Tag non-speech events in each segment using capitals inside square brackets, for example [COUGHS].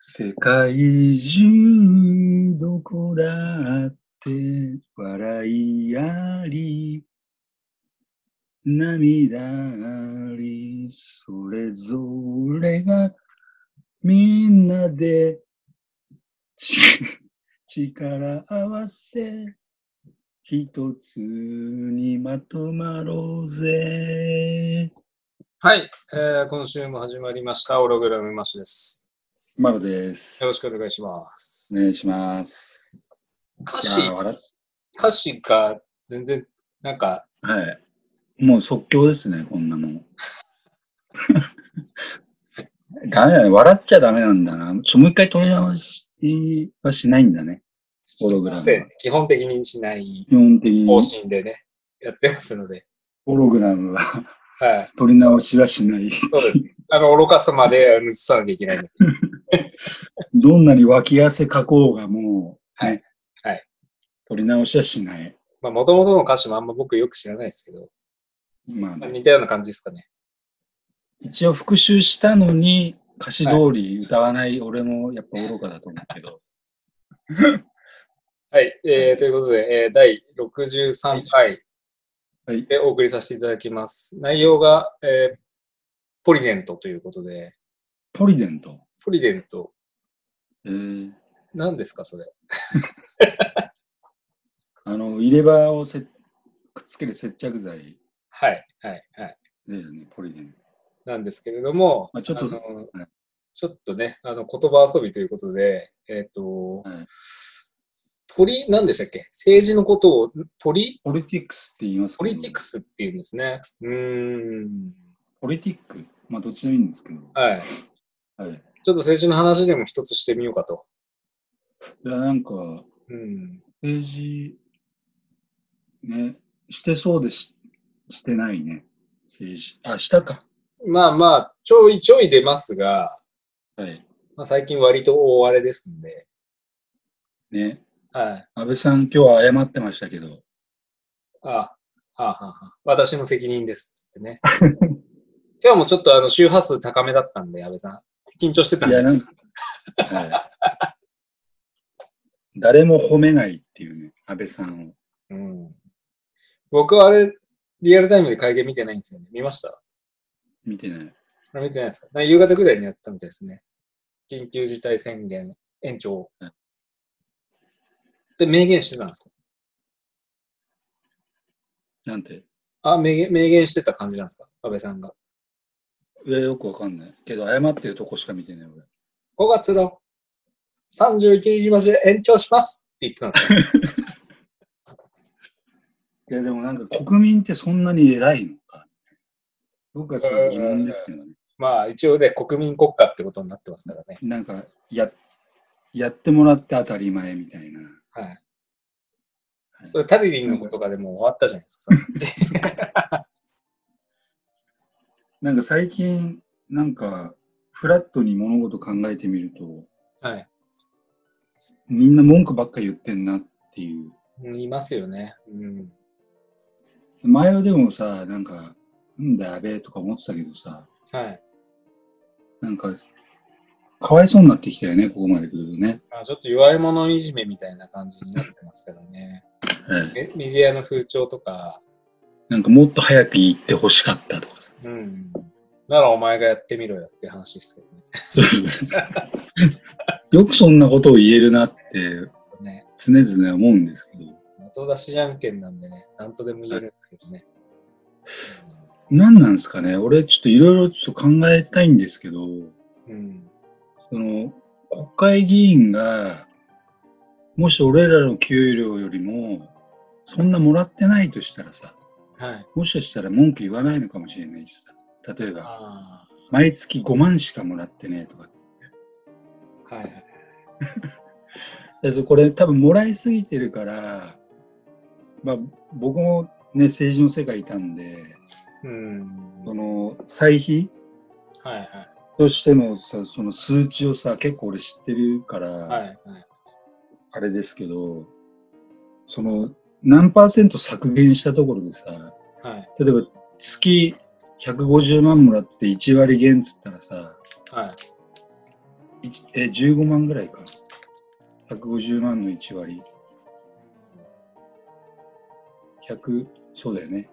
世界中どこだって笑いあり涙ありそれぞれがみんなで [LAUGHS] ち力合わせ一つにまとまろうぜはい、えー今週も始まりました、オログラムマッシュです。マロですよろしくお願いします。お願いします歌詞いや、笑っ歌詞が全然、なんか、はい。もう即興ですね、こんなもん。 [LAUGHS] ダメだね。笑っちゃダメなんだな。ちょもう一回取り直しはしないんだね。オログラムはせ基本的にしない基本的に。方針でね、やってますので、オログラムははい、取り直しはしない。そうです。 [LAUGHS] あの、愚かさまで映さなきゃいけないので、どんなに脇汗かこうがもう、ねはい。取り直しはしない。まあ、もともとの歌詞もあんま僕よく知らないですけど、まあまあね、似たような感じですかね。一応復習したのに、歌詞通り歌わない俺もやっぱ愚かだと思うけど。はい、えーということで、えー第63回はい。でお送りさせていただきます。内容が、えーポリデントということで、ポリデント。ポリデント、えー何ですか、それ。あの、入れ歯をせくっつける接着剤はい、はい、はい。だよね、ポリデン。なんですけれども、まあちょっとあのはいちょっとね、あの言葉遊びということで、えっ、と、はいポリ、何でしたっけ政治のことをポリ、ポリティックスって言いますポリティクス。スっていうんですね。うーん。ポリティック。まあ、どっちでもいいんですけど。はい。はい。ちょっと政治の話でも一つしてみようかと。いや、なんか、うん。政治、ね、してそうでししてないね。政治。あ、したか。まあまあ、ちょいちょい出ますが、はい。まあ、最近割と大荒れですんで、ね。はい。安倍さん、今日は謝ってましたけど。あ、はあ、はあはあ、私の責任ですっつってね。今日もちょっとあの周波数高めだったんで、安倍さん。緊張してたんいでや、なんか、はい。誰も褒めないっていうね、安倍さんを。うん僕はあれ、リアルタイムで会見見てないんですよね。見ました見てない。あ見てないですかなんか夕方ぐらいにやったみたいですね。緊急事態宣言延長うん。で、明言してたんですかなんて。あ、明言明言してた感じなんですか安倍さんが。いや、よくわかんない。けど、謝ってるとこしか見てない、俺。 5月の31日まで延長しますって言ってたんですよ。いや、でもなんか国民ってそんなに偉いのか。僕はその疑問ですけどね。まあ一応ね、国民国家ってことになってますからね。なんか、や、やってもらって当たり前みたいな。はい。それタリリンのことかでもう終わったじゃないですか。なんか最近、なんか、フラットに物事考えてみると、はい。みんな文句ばっか言ってんなっていう。いますよね。うん。前はでもさ、なんか、なんだやべえとか思ってたけどさ、はい。なんか、かわいそうになってきたよね、ここまで来るとね。まあ、ちょっと弱い者いじめみたいな感じになってますからね。 [LAUGHS] はい。メメディアの風潮とか、なんかもっと早く言ってほしかったとかさ。うん。ならお前がやってみろよって話ですけどね。 [LAUGHS] よくそんなことを言えるなってね常々思うんですけど、後出しじゃんけんなんでね、なんとでも言えるんですけどね。何なんですかね、俺ちょっといろいろちょっと考えたいんですけど、うん。うんその国会議員が、もし俺らの給料よりも、そんなもらってないとしたらさ、はい。もしかしたら文句言わないのかもしれないしさ、例えば、あ毎月5万しかもらってねえとかっつって。あ。はいはい。だからこれ多分もらいすぎてるから、まあ、僕もね政治の世界いたんでうん。そはいの歳費はとしてのさその数値をさ結構俺知ってるから、い。はいはい。あれですけどその何パーセント削減したところでさはい。例えば月150万もらってて1割減っつったらさはい。一え15万ぐらいか150万の1割100そうだよね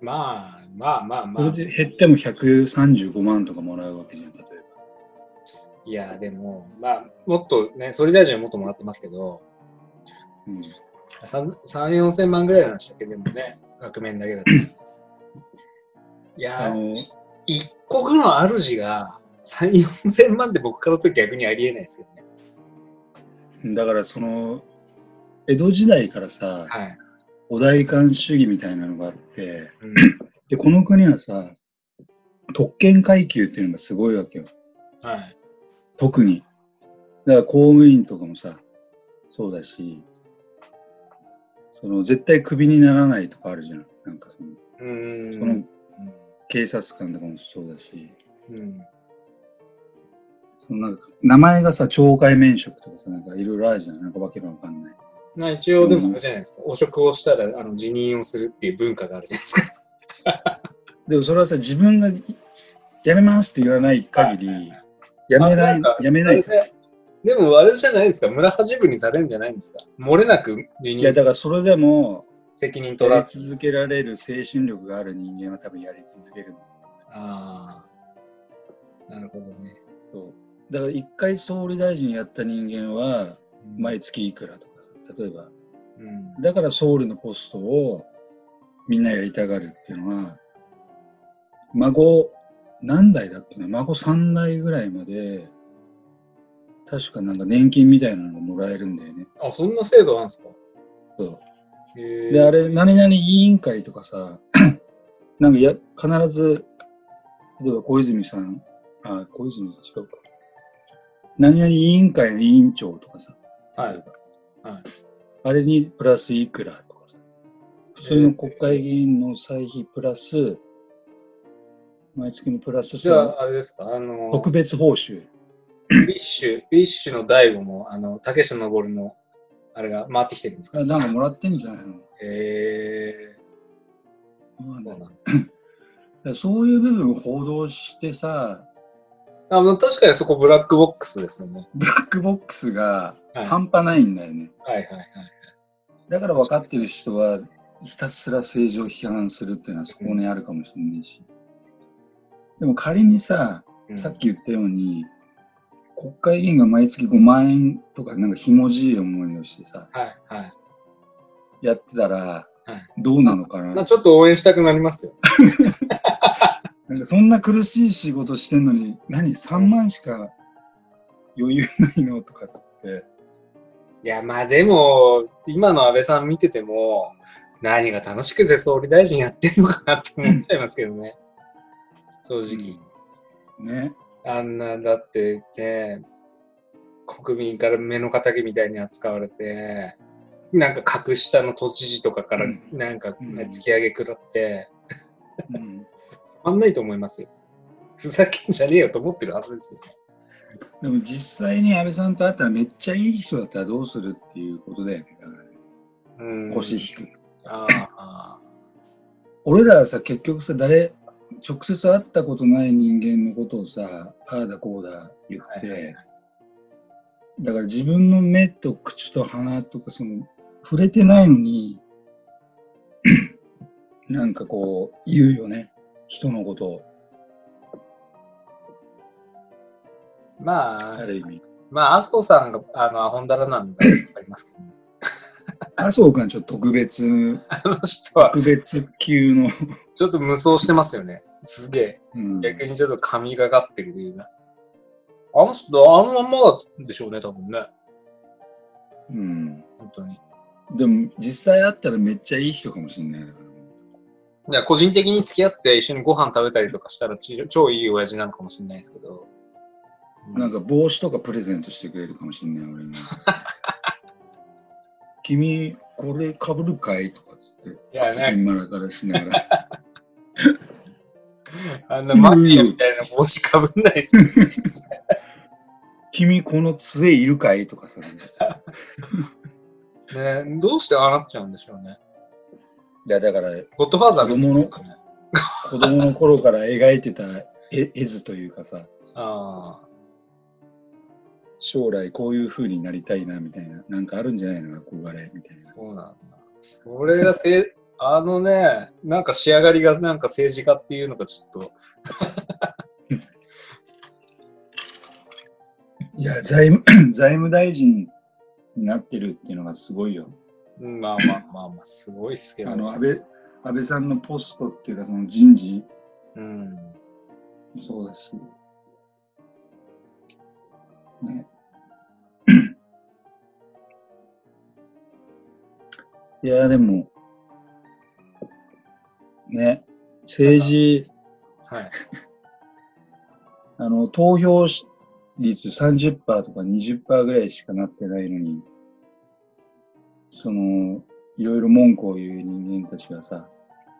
まあまあまあまそれあ。で減っても135万とかもらうわけじゃん例えいや、でも、まあ、もっとね、総理大臣はもっともらってますけど、ば、うん、 3、4千万ぐらいなんでしたっけ、でもね、額面だけだと。いあや、の一国の主が3、4千万って僕からすると逆にありえないですけどね。だからその江戸時代からさはい。お代官主義みたいなのがあってうん、でこの国はさ特権階級っていうのがすごいわけよはい。特にだから公務員とかもさそうだしその絶対クビにならないとかあるじゃんなんかその,、うーん。その警察官とかもそうだしうん。そのなんか名前がさ懲戒免職とかさなんかいろいろあるじゃんなんかわけのわかんないまあ一応でもあれじゃないですか、汚職をしたらあの辞任をするっていう文化があるじゃないですか。でもそれはさ自分がやめますって言わない限りやめなあいんかやめないあれねでもあれじゃないですか、村八分にされるんじゃないんですか。漏れなく辞い任やすだるからそれでも責任取やらりず。続けられる精神力がある人間は多分やり続けるああ、なるほどね。そうだから一回総理大臣やった人間は毎月いくらとか例えばうん、だから総理のポストをみんなやりたがるっていうのは孫何代だっけな孫3代ぐらいまで確かなんか年金みたいなのがもらえるんだよね。あ、そんな制度なんですかそうへえで、あれ、何々委員会とかさ、 [CLEARS THROAT] なんかや、必ず、例えば小泉さん、あ、小泉違うか。何々委員会の委員長とかさ、はい例えばはいあれにプラスいくらとかさ、普通の国会議員の歳費プラス、毎月のプラス、じゃあ、あれですか、あの、特別報酬。ビッシュ、ビッシュの大悟も、あの、竹下登の、あれが回ってきてるんですかあなんかもらってんじゃないのへえまあねー、そうなんだだからそういう部分を報道してさ、あまあ確かにそこブラックボックスですよね。ブラックボックスがはい半端ないんだよね。はいはいはい。だから分かってる人はひたすら政治を批判するっていうのはそこにあるかもしれないし。でも仮にさ、うんさっき言ったように、国会議員が毎月5万円とかなんかひもじい思いをしてさ、はいはい。やってたらはいどうなのかな。まあちょっと応援したくなりますよ。なんかそんな苦しい仕事してんのに、何 ?3 万しか余裕ないのとかっつって。いや、まあでも、今の安倍さん見てても、何が楽しくて総理大臣やってんのかなって思っちゃいますけどね。正直。ね。あんな、だってね、国民から目の敵みたいに扱われて、なんか格下の都知事とかからうんなんかね、うん突き上げくらって、うんあんないと思いますよ。ふざけんじゃねえよと思ってるはずですよ。でも実際に安倍さんと会ったらめっちゃいい人だったらどうするっていうことだよね。だからねうん腰低く。ああ。俺らはさ、結局さ、誰、直接会ったことない人間のことをさ、ああだこうだ言って、はいはいだから自分の目と口と鼻とか、その、触れてないのに、 [CLEARS THROAT] なんかこう、言うよね。人のことを、まああ、る意味。まあ、あすこさんが、あの、アホンダラなんだありますけど、ね、麻生君はちょっと特別、あの人は、特別級の、ちょっと無双してますよね。すげえ。うん逆にちょっと神がかってるというね。あの人、あのまんまでしょうね、多分ね。うん。本当に。でも実際会ったらめっちゃいい人かもしれないな。じゃ個人的に付き合って一緒にご飯食べたりとかしたらち超いい親父なのかもしれないですけど。なんか帽子とかプレゼントしてくれるかもしれない俺に。 [LAUGHS] 君これかぶるかいとかっつって。いやね、今だからしながら。 [LAUGHS] あんなマフィアみたいな帽子かぶんないっす。 [LAUGHS] 君この杖いるかいとかさ。いね、どうしてああなっちゃうんでしょうね。やだからゴッドファーザー見てるからね。子供の頃から描いてた絵絵図というかさ、ああ。将来こういう風になりたいなみたいな、なんかあるんじゃないの憧れみたいな。そうなんだ。それがせ、あのね、なんか仕上がりがなんか政治家っていうのがちょっと、いや、財 [COUGHS] 務、財務大臣になってるっていうのがすごいよ。うんまあまあまあまあ、すごいっすけど、あの、安倍、安倍さんのポストっていうか、その人事うん。もそうだし。ね。いや、でも、ね、政治、はい。あの、投票し率30%とか20%ぐらいしかなってないのに、その、いろいろ文句を言う人間たちがさ、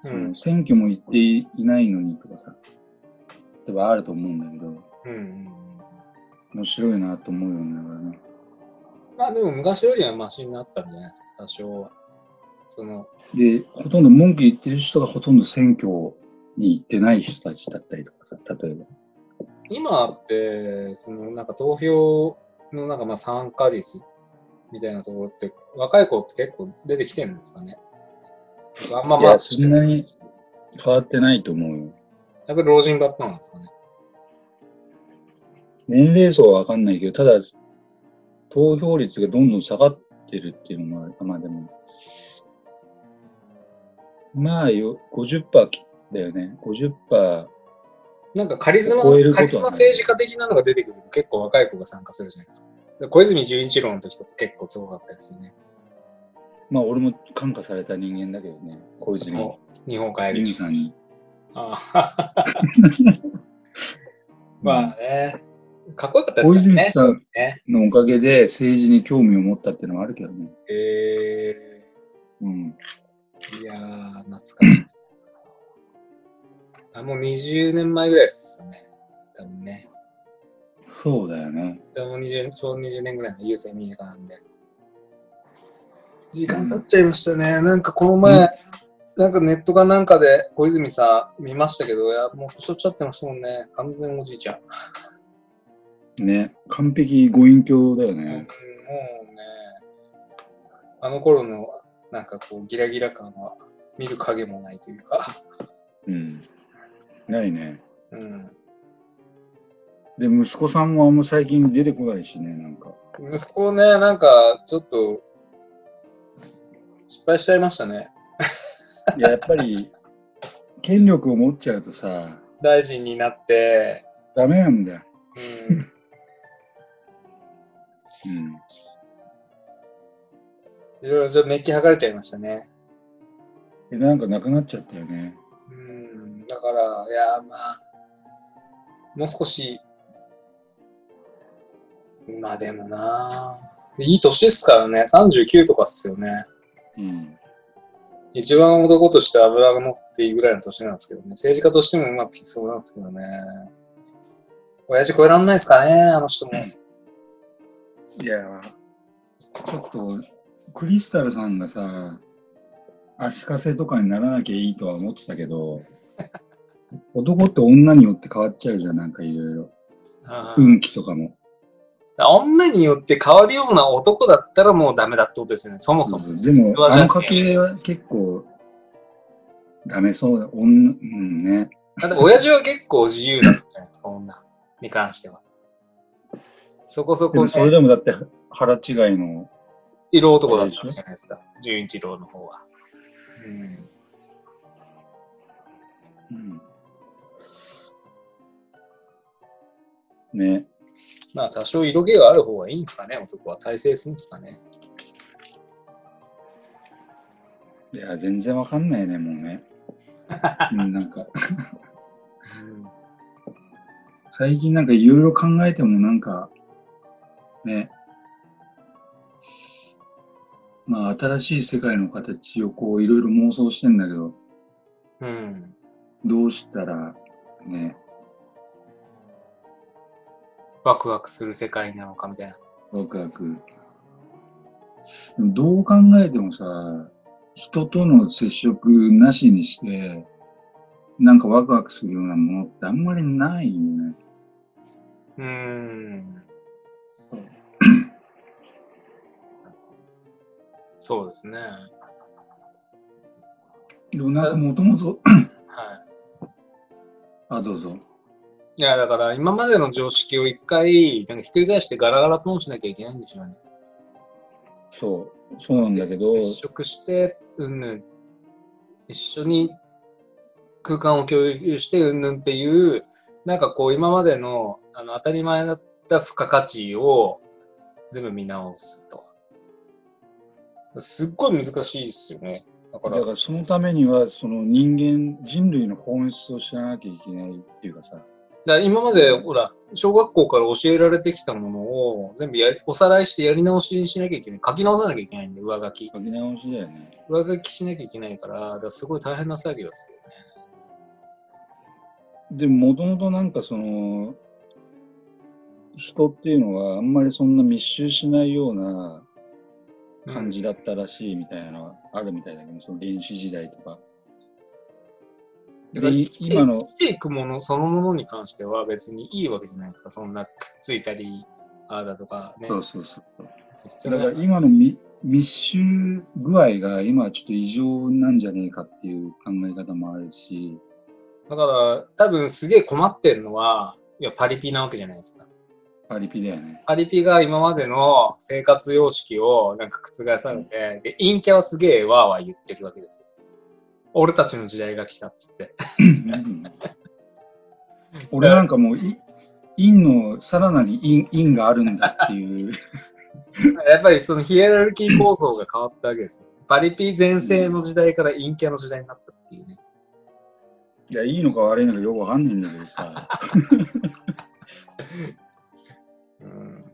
うそんの。選挙も行っていないのにとかさ、例えばあると思うんだけど、うんうん。面白いなと思うようになるからね。まあでも昔よりはマシになったんじゃないですか、多少は。その、で、ほとんど文句言ってる人がほとんど選挙に行ってない人たちだったりとかさ、例えば。今って、そのなんか投票のなんかまあ参加率みたいなところって、若い子って結構出てきてるんですかね。あんまいまあ、ややそんなに変わってないと思うよ。っぱり老人ばっかなんですかね。年齢層はわかんないけど、ただ、投票率がどんどん下がってるっていうのもあるかまあでも、まあよ、50%だよね。50%、なんかカリスマ、超えることはないカリスマ政治家的なのが出てくると結構若い子が参加するじゃないですか。小泉純一郎の時とか結構すごかったですよね。まあ俺も感化された人間だけどね、小泉もう日本帰純り。二さんに。ああまあね、かっこよかったで小すから泉ね。さんねのおかげで政治に興味を持ったっていうのはあるけどね。えうん。ー、いやー、懐かしいです。あ、もう20年前ぐらいですよね。多分ね。そうだよね。でも20ちょうど20年ぐらいの優先民営化なんで。時間経っちゃいましたね。なんかこの前、なんかネットかなんかで小泉さん見ましたけど、いやもう年取っちゃってましたもんね。完全おじいちゃん。ね。完璧ご隠居だようん、もね。うね、あの頃のなんかこうギラギラ感は見る影もないというか。うん。ないね。うんで、息子さんもあんま最近出てこないしね、なんか。息子ね、なんかちょっと失敗しちゃいましたね。いや、やっぱり、権力を持っちゃうとさ、大臣になって、ダメなんだよ。 [LAUGHS] うん、うん。いろいろちょっとメッキ剥がれちゃいましたね。えなんかなくなっちゃったよね。うん、だから、いや、まあ、もう少し、まあでもな、いい年ですからね、39とかっすよね。うん。一番男として脂が乗っていいぐらいの年なんですけどね、政治家としてもうまくいきそうなんですけどね。親父超えらんないですかね、あの人も。いや、ちょっと、クリスタルさんがさ、足かせとかにならなきゃいいとは思ってたけど、男って女によって変わっちゃうじゃん、なんかいろいろ。あー運気とかも。女によって変わるような男だったらもうダメだってことですよね、そもそも。でもそれ、はあじゃの家系は結構、ダメそうだ。女、うんね。だって親父は結構自由だったじゃないですか、女に関しては。そこそでこ、もね、それでもだって腹違いの、色男だったじゃないですか、純一郎の方は。ううんん、ね。まあ、多少色気がある方がいいんですかね、男は。大成するんですかね。いや、全然わかんないね、もう [LAUGHS] ね。うん、なんか、うん最近なんかいろいろ考えてもなんか、ね。まあ、新しい世界の形をこう、いろいろ妄想してんだけど、うん。どうしたら、ね、ワクワクする世界なのかみたいな。ワクワク。でもどう考えてもさ、人との接触なしにして、なんかワクワクするようなものってあんまりないよね。うん。そうですね。でもなんかもともと、はい。あ、どうぞ。いや、だから今までの常識を一回、なんかひっくり返してガラガラポンしなきゃいけないんでしょうね。そう、そうなんだけど、接触して、うんぬん。一緒に空間を共有して、うんぬんっていう、なんかこう今までのあの当たり前だった付加価値を全部見直すと。すっごい難しいですよね。だから、だからそのためには、その人間、人類の本質を知らなきゃいけないっていうかさ、だから今までほら小学校から教えられてきたものを全部やりおさらいしてやり直しにしなきゃいけない書き直さなきゃいけないんで上書き書き直しだよね。上書きしなきゃいけないからだからすごい大変な作業ですよねでも、もともとなんかその、人っていうのはあんまりそんな密集しないような感じだったらしいみたいなのはあるみたいだけど、その原始時代とか。だからで生、きて今の生、きていくものそのものに関しては別にいいわけじゃないですかそんなくっついたりああだとかねそうそうそう。必要だなから今のみ密集具合が今はちょっと異常なんじゃねえかっていう考え方もあるし、だから多分すげえ困ってんのはいやパリピなわけじゃないですかパリピだよね。パリピが今までの生活様式をなんか覆されて、で、陰キャはすげえわーわー言ってるわけですよ。俺たちの時代が来たっつって。 [LAUGHS] [LAUGHS] 俺なんかもうい、陰の、さらなり陰陰があるんだって [LAUGHS] いう。やっぱりそのヒエラルキー構造が変わったわけですよ。パリピ全盛の時代から陰キャの時代になったっていうね。いや、いいのか悪いのかよくわかんないんだけどさ。うん。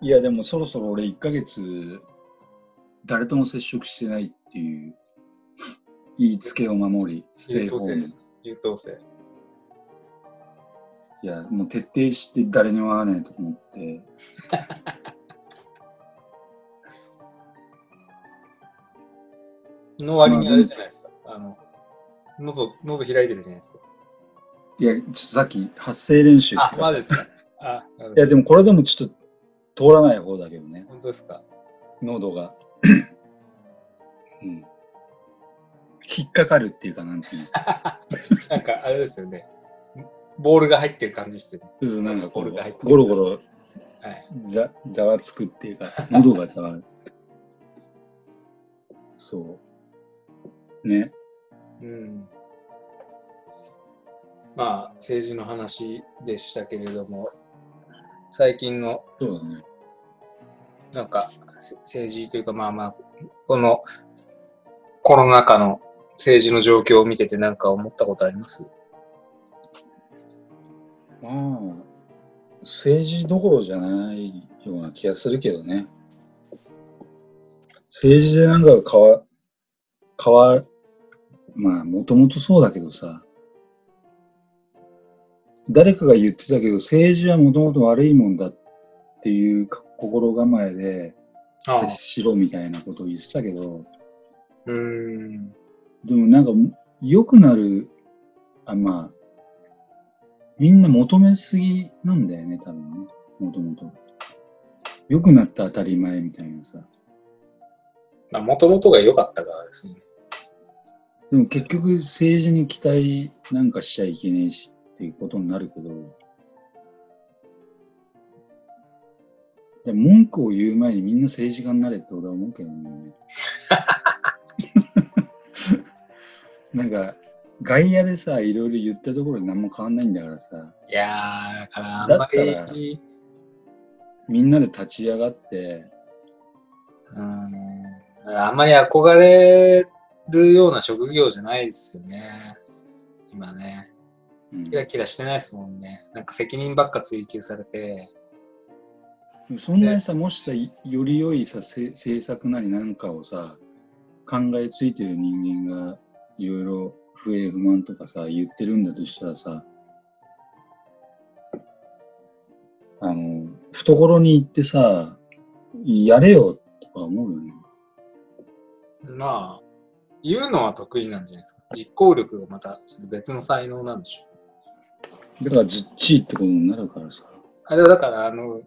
いや、でもそろそろ俺1ヶ月、誰とも接触してないっていう言いつけを守り、ステ優イホ等ー生ムで。す。優等生。いや、もう徹底して誰にも会わないと思って。の割にあれじゃないですか。あの、喉、喉開いてるじゃないですか。いや、ちょっとさっき発声練習って言あ、ってまただですか。あ、なるほいどや、でもこれでもちょっと通らない方だけどね、本当ですか。喉が。うん。引っかかるっていうか、なんていうの。なんかあれですよね。ボールが入ってる感じですよね。うんなんかこゴロが入ってう、るゴロゴロはい。ざざわつくっていうか、喉がざわる。そう。ね。うんまあ政治の話でしたけれども最近のそうだね。なんかせ政治というかまあまあこのコロナ禍の政治の状況を見てて何か思ったことありますまあ、政治どころじゃないような気がするけどね。政治でなんか変わ、変わ、まあ、もともとそうだけどさ。誰かが言ってたけど、政治はもともと悪いもんだっていう心構えで接しろみたいなことを言ってたけど、うーんでもなんか、良くなる、あ、まあ、みんな求めすぎなんだよね、多分ね、もともと。良くなった当たり前みたいなさ。まあもともとが良かったからですねでも結局政治に期待なんかしちゃいけねえしっていうことになるけど、で文句を言う前にみんな政治家になれって俺は思うけどね。なんか外野でさ、いろいろ言ったところで何も変わんないんだからさ、いやーだからあんだっまたらりみんなで立ち上がって、うーんだからあんまり憧れるような職業じゃないですよね今ねうんキラキラしてないですもんね。なんか責任ばっか追求されて。そんなにさ、もしさ、いより良いさ、せ政策なりなんかをさ、考えついてる人間が、いろいろ不平不満とかさ、言ってるんだとしたらさ、あの、懐に行ってさ、やれよとか思うよね。まあ、言うのは得意なんじゃないですか。実行力がまたちょっと別の才能なんでしょう。だからずっちいってことになるからさ。あれはだから、あの、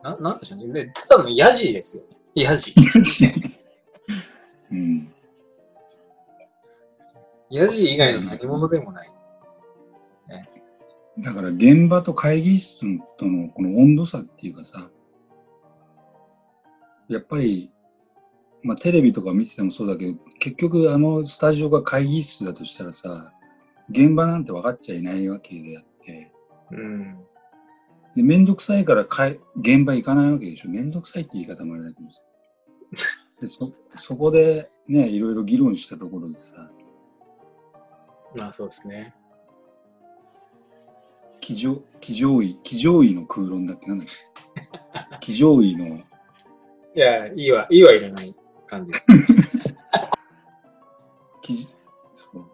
ななんでしょうね。でただのヤジですよね。いやじ。うん。やじ以外の何者でもない。だから現場と会議室とのこの温度差っていうかさ、やっぱり、まあテレビとか見ててもそうだけど、結局あのスタジオが会議室だとしたらさ、現場なんて分かっちゃいないわけであって、うん。で、めんどくさいからかい現場行かないわけでしょ。めんどくさいって言い方もあれだけどさ。でそそこでね、いろいろ議論したところでさ、まあそうですね。騎乗騎乗位、騎乗位の空論だっけなんだっけ騎乗位のいや、いいわ、いいはいらない感じです。記事 [LAUGHS] そう。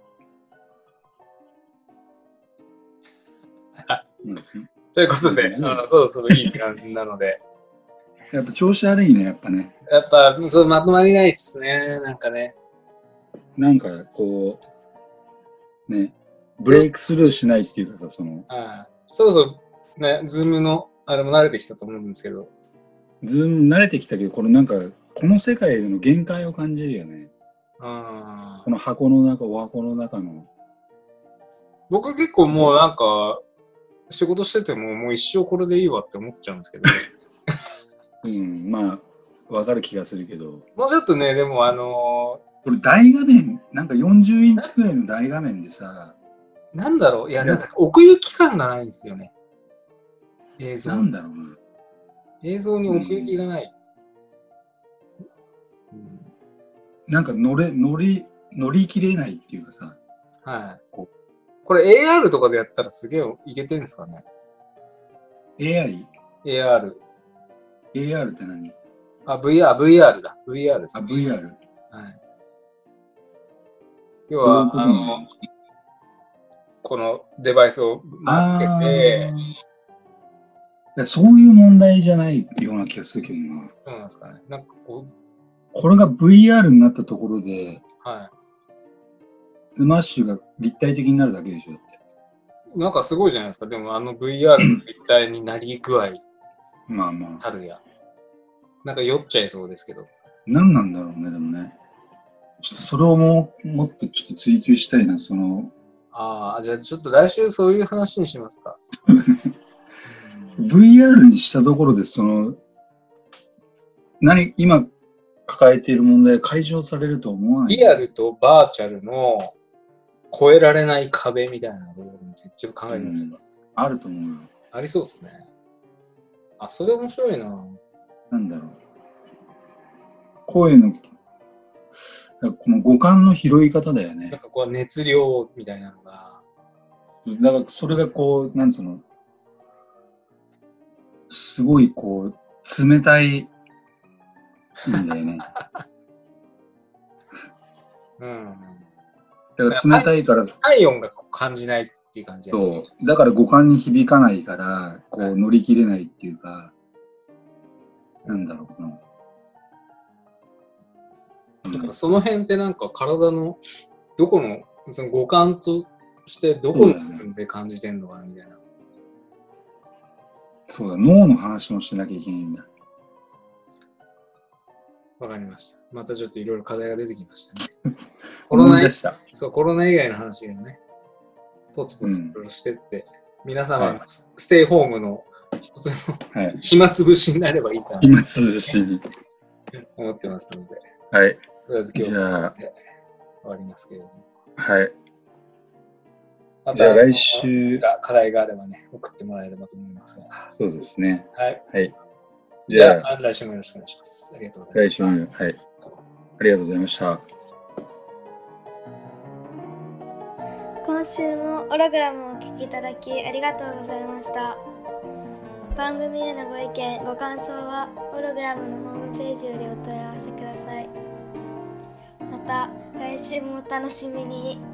なんですね。ということで、うんあのそろそろいい時間なので、やっぱ調子悪いね、やっぱね。やっぱそうまとまりないですね、なんかね。なんかこう、ね、ブレイクスルーしないっていうかさ、その、ああそろそろ、ね、ズームの、あれも慣れてきたと思うんですけど、ズーム慣れてきたけど、これなんか、この世界での限界を感じるよね。うんこの箱の中、お箱の中の。僕結構もうなんか、仕事しててももう一生これでいいわって思っちゃうんです [LAUGHS] けど、うん、まあ、わかる気がするけど。もうちょっとね、でもあのこれ大画面、なんか40インチくらいの大画面でさ、ーなんだろう、いや、なんか奥行き感がないんですよね。映像な。んだろうな。映像に奥行きがない。うんなんか乗れ、乗り、乗り切れないっていうかさ、はい。これ AR とかでやったらすげえいけてるんですかね AI、 ?AR。 AR って何あ、VR、VR だ。VR です、あ、VR。はい。要どういうは、ことあなのの、このデバイスをまあつけあて、あ。そういう問題じゃないような気がするけどな。そうなんですかね。なんかここれが VR になったところで、う、はスマッシュが立体的になるだけでしょ、だって。い。なんかすごいじゃないですか。でも、あの VR の立体になり具合、まあまあ。たるや。なんか酔っちゃいそうですけど。何なんだろうね、でもね。ちょっとそれをもうもっとちょっと追求したいな、その、ああ、じゃあちょっと来週そういう話にします [LAUGHS] か。うん VR にしたところで、その、何、今抱えている問題解消されると思わない。リアルとバーチャルの超えられない壁みたいなところについてちょっと考えてみましょうか。あると思うよ。ありそうですね。あ、それ面白いな。なんだろう。声の、だからこの五感の拾い方だよなんね。かこう熱量みたいなのが。だからそれがこう、なんつうの、すごいこう、冷たい、なんだよね。うん。だから冷たいから、体温がこう感じないっていう感じですね。そう。だから五感に響かないから、こう乗り切れないっていうか、なんだろうな。だからその辺ってなんか体のどこの、その五感としてどこの部分で感じてんのかなみたいな。そうだ、脳の話もしなきゃいけないんだ。わかりました。またちょっといろいろ課題が出てきましたね。 [LAUGHS] コロナでした。そう、コロナ以外の話がね、ポツポツいろいろしてって、皆様のスステイホームの一つの [LAUGHS] はい。暇つぶしになればいいかなと今通信。思ってますので、はい。とりあえず今日じゃあは終わりますけれども。はい。またじゃあ来週、あの課題があればね、送ってもらえればと思いますが。そうですね。はい。はい。じじゃゃあ、あ、来週もよろしくお願いします。ありがとうござい来ます。週も、はい。ありがとうございました。今週もオログラムをお聞きいただきありがとうございました番組へのご意見ご感想はオログラムのホームページよりお問い合わせくださいまた来週もお楽しみに